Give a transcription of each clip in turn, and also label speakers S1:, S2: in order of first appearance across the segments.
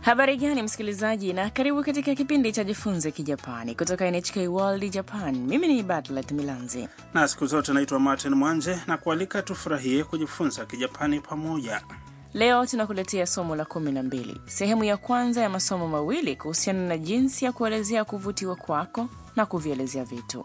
S1: Habari gani msikilizaji, na karibu katika kipindi cha Jifunze Kijapani kutoka NHK World Japan. Mimi ni Batlet Milanzi.
S2: na siku zote naitwa Martin Mwanje na kualika tufurahie kujifunza Kijapani pamoja.
S1: Leo tunakuletea somo la kumi na mbili, sehemu ya kwanza ya masomo mawili kuhusiana na jinsi ya kuelezea kuvutiwa kwako na kuvielezea vitu.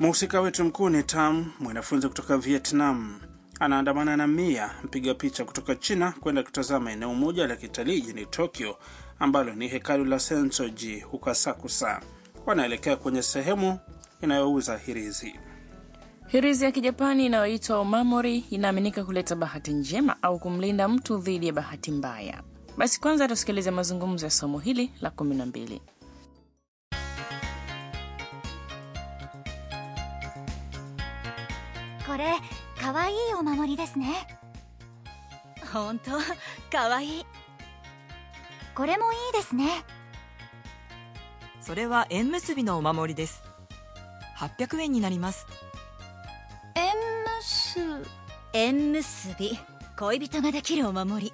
S2: Mhusika wetu mkuu ni Tam, mwanafunzi kutoka Vietnam. Anaandamana na Mia, mpiga picha kutoka China, kwenda kutazama eneo moja la kitalii jijini Tokyo ambalo ni hekalu la Sensoji huko Asakusa. Wanaelekea kwenye sehemu inayouza hirizi.
S1: Hirizi ya Kijapani inayoitwa omamori inaaminika kuleta bahati njema au kumlinda mtu dhidi ya bahati mbaya. Basi kwanza tusikilize mazungumzo ya somo hili la kumi na mbili.
S3: これかわいいお守りですね本当かわいいこれもいいですね
S4: それは縁結びのお守りです800円になります
S3: 縁結縁結び恋人ができるお守り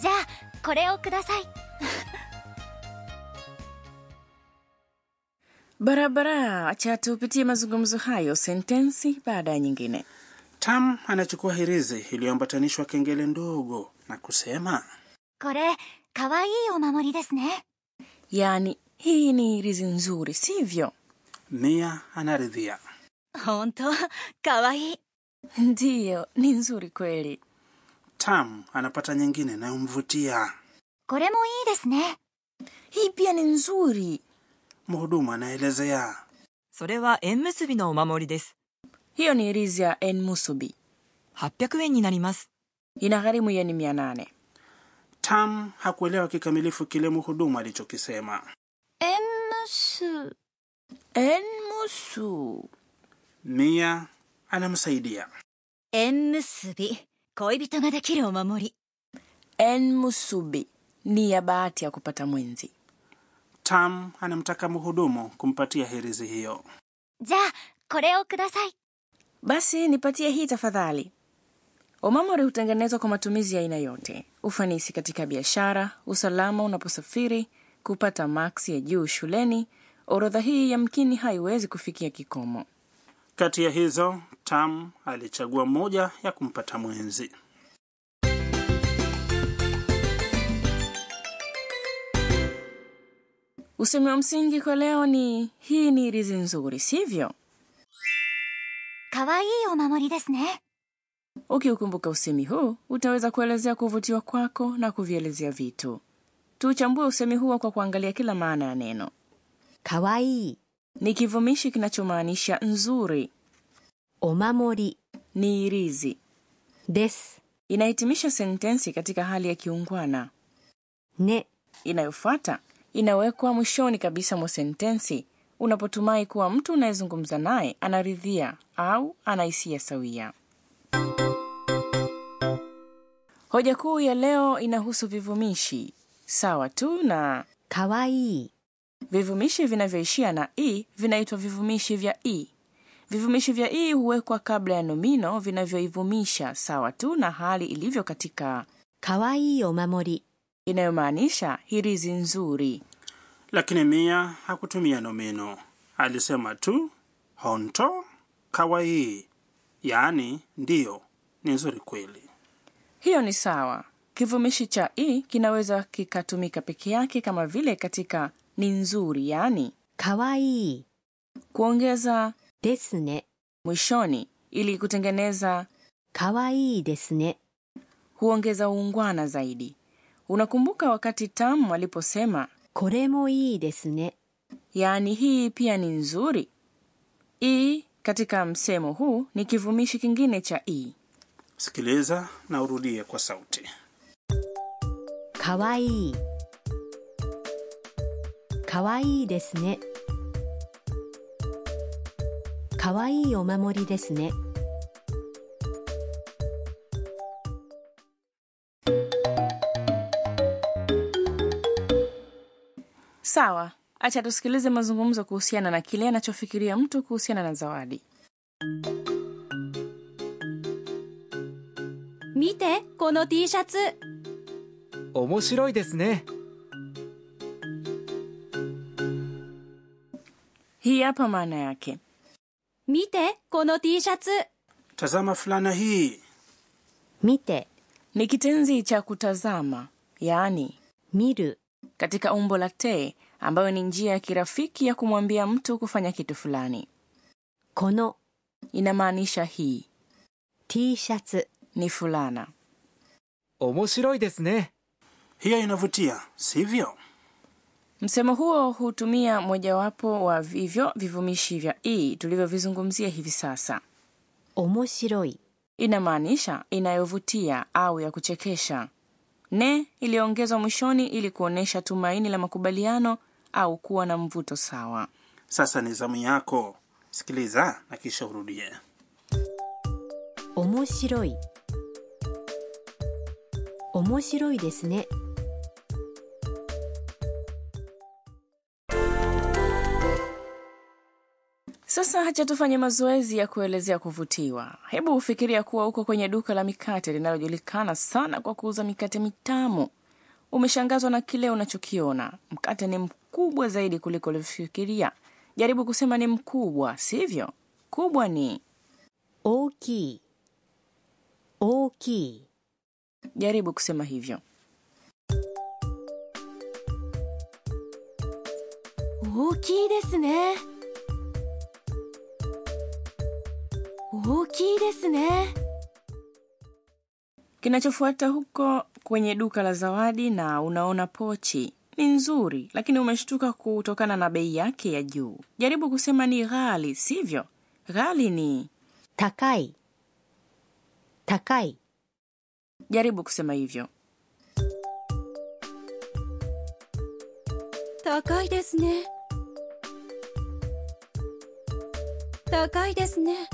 S3: じゃあこれをください
S1: Barabara, acha tupitie mazungumzo hayo sentensi baada ya nyingine.
S2: Tam anachukua hirizi iliyoambatanishwa kengele ndogo na kusema
S3: これかわいいお守りですね
S1: Yaani, hii ni hirizi nzuri, sivyo?
S2: Mia anaridhia.
S3: 本当かわいい
S1: Ndiyo, ni nzuri kweli.
S2: Tam anapata nyingine inayomvutia.
S3: これもいいですね
S1: Hii pia ni nzuri.
S2: Mhudumu anaelezea.
S4: それは縁結びのお守りです
S1: Hiyo ni hirizi ya enmusubi,
S4: 800円になります
S1: ina gharimu yeni mia nane.
S2: Tam hakuelewa kikamilifu kile mhudumu alichokisema.
S3: 縁結
S1: Enmusu
S2: Mia anamsaidia.
S3: 縁結び恋人ができるお守り
S1: enmusubi ni ya bahati ya kupata mwenzi.
S2: Tam anamtaka mhudumu kumpatia hirizi hiyo.
S3: じゃあこれをください
S1: Basi nipatie hii tafadhali. Omamori hutengenezwa kwa matumizi ya aina yote: ufanisi katika biashara, usalama unaposafiri, kupata maksi ya juu shuleni. Orodha hii yamkini haiwezi kufikia kikomo.
S2: Kati ya hizo, Tam alichagua moja ya kumpata mwenzi.
S1: Usemi wa msingi kwa leo ni hii ni rizi nzuri, sivyo?
S3: かわいいお守りですね
S1: Ukiukumbuka usemi huu utaweza kuelezea kuvutiwa kwako na kuvielezea vitu. Tuuchambue usemi huo kwa kuangalia kila maana ya neno.
S5: かわいい、
S1: Ni kivumishi kinachomaanisha nzuri,
S5: お守り
S1: ni rizi
S5: です。
S1: inahitimisha sentensi katika hali ya kiungwana.
S5: ね、
S1: Inayofuata inawekwa mwishoni kabisa mwa sentensi unapotumai kuwa mtu unayezungumza naye anaridhia au ana hisia sawia. Hoja kuu ya leo inahusu vivumishi sawa tu na
S5: かわいい、
S1: vivumishi vinavyoishia na i vinaitwa vivumishi vya i. Vivumishi vya i huwekwa kabla ya nomino vinavyoivumisha sawa tu na hali ilivyo katika
S5: かわいいお守り。
S1: inayomaanisha hirizi nzuri.
S2: Lakini Mia hakutumia nomino, alisema tu honto kawaii, yaani ndiyo, ni nzuri kweli.
S1: Hiyo ni sawa. Kivumishi cha i kinaweza kikatumika peke yake kama vile katika ni nzuri, yaani
S5: かわいい、
S1: kuongeza
S5: ですね。
S1: mwishoni ili kutengeneza
S5: かわいいですね。
S1: huongeza uungwana zaidi. Unakumbuka wakati Tam aliposema
S5: これもいいですね。
S1: yaani hii pia ni nzuri. I katika msemo huu ni kivumishi kingine cha i.
S2: Sikiliza na urudie kwa sauti.
S5: かわいい。かわいいですね。かわいいお守りですね。
S1: Sawa, acha tusikilize mazungumzo kuhusiana na kile anachofikiria mtu kuhusiana na zawadi.
S6: 見てこの T シャツ
S7: 面白いですね
S1: Hii hapa maana yake.
S6: 見てこの T シャツ
S2: Tazama fulana hii.
S5: 見て、
S1: Ni kitenzi cha kutazama, yaani
S5: 見る、
S1: katika umbo la te, ambayo ni njia ya kirafiki ya kumwambia mtu kufanya kitu fulani.
S5: この
S1: Inamaanisha hii,
S5: T シャツ、
S1: ni fulana.
S7: 面白いですね
S2: Hiyo inavutia, sivyo?
S1: Msemo huo hutumia mojawapo wa vivyo vivumishi vya i tulivyovizungumzia hivi sasa.
S5: 面白い、
S1: Inamaanisha inayovutia au ya kuchekesha. Ne iliyoongezwa mwishoni ili kuonyesha tumaini la makubaliano au kuwa na mvuto sawa.
S2: Sasa ni zamu yako. Sikiliza na kisha urudie.
S5: 面白い。面白いですね。
S1: Sasa hacha tufanye mazoezi ya kuelezea kuvutiwa. Hebu ufikiria kuwa uko kwenye duka la mikate linalojulikana sana kwa kuuza mikate mitamu. Umeshangazwa na kile unachokiona. Mkate ni mkubwa zaidi kuliko ulivyofikiria. Jaribu kusema ni mkubwa, sivyo? Kubwa ni.
S5: 大きい、大きい、
S1: Jaribu kusema hivyo.
S6: 大きいですね大きいですね
S1: Kinachofuata huko kwenye duka la zawadi na unaona pochi ni nzuri, lakini umeshtuka kutokana na bei yake ya juu. Jaribu kusema ni ghali, sivyo? Ghali ni.
S5: 高い、高い、
S1: Jaribu kusema hivyo.
S6: 高いですね高いですね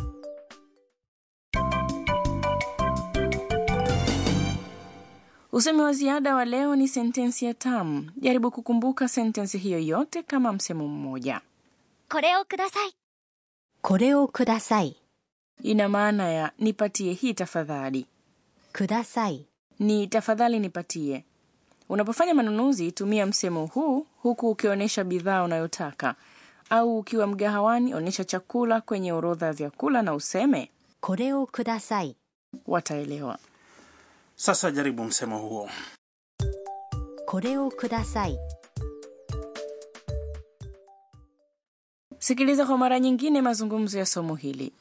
S1: Usemi wa ziada wa leo ni sentensi ya tamu. Jaribu kukumbuka sentensi hiyo yote kama msemo mmoja.
S3: これをください
S5: これをください、
S1: Ina maana ya nipatie hii tafadhali,
S5: ください、
S1: ni tafadhali nipatie. Unapofanya manunuzi, tumia msemo huu huku ukionyesha bidhaa unayotaka, au ukiwa mgahawani, onyesha chakula kwenye orodha ya vyakula na useme,
S5: これをください、
S1: wataelewa.
S2: Sasa jaribu msemo huo.
S5: これをください、
S1: Sikiliza kwa mara nyingine mazungumzo ya somo hili.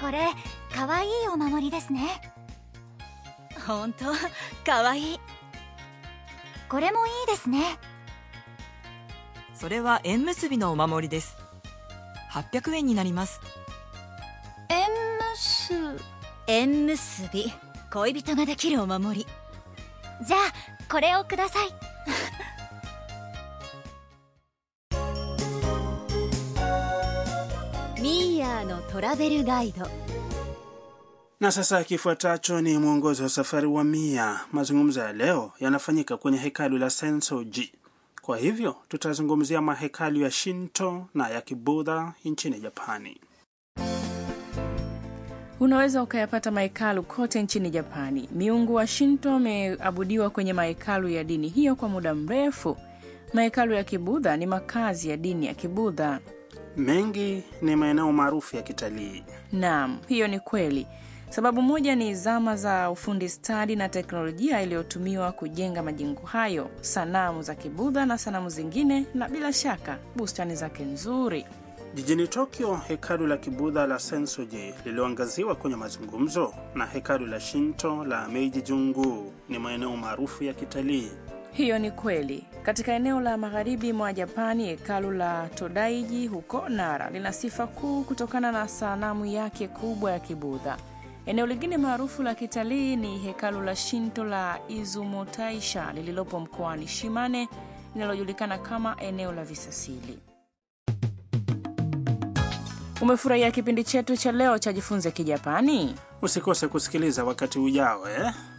S3: これかわいいお守りですね
S6: 本当かわいい
S3: これもいいですね
S4: それは縁結びのお守りです800円になります
S3: 縁結
S6: 縁結び恋人ができるお守り
S3: じゃあこれをください
S6: ミーヤーのトラベルガイド
S2: Na sasa kifuatacho ni mwongozo wa safari wa Mia. Mazungumzo ya leo yanafanyika kwenye hekalu la Sensoji. Kwa hivyo tutazungumzia mahekalu ya Shinto na ya Kibudha nchini Japani.
S1: Unaweza ukayapata mahekalu kote nchini Japani. Miungu wa Shinto ameabudiwa kwenye mahekalu ya dini hiyo kwa muda mrefu. Mahekalu ya Kibudha ni makazi ya dini ya Kibudha.
S2: Mengi ni maeneo maarufu ya kitalii.
S1: Naam, hiyo ni kweli. Sababu moja ni zama za ufundi stadi na teknolojia iliyotumiwa kujenga majengo hayo, sanamu za Kibudha na sanamu zingine, na bila shaka bustani zake nzuri.
S2: Jijini Tokyo, hekalu la Kibudha la Sensoji lililoangaziwa kwenye mazungumzo na hekalu la Shinto la Meiji Jungu ni maeneo maarufu ya kitalii.
S1: Hiyo ni kweli. Katika eneo la magharibi mwa Japani, hekalu la Todaiji huko Nara lina sifa kuu kutokana na sanamu yake kubwa ya Kibudha. Eneo lingine maarufu la kitalii ni hekalu la Shinto la Izumotaisha lililopo mkoani Shimane linalojulikana kama eneo la visasili. Umefurahia kipindi chetu cha leo cha Jifunze Kijapani?
S2: Usikose kusikiliza wakati ujao eh?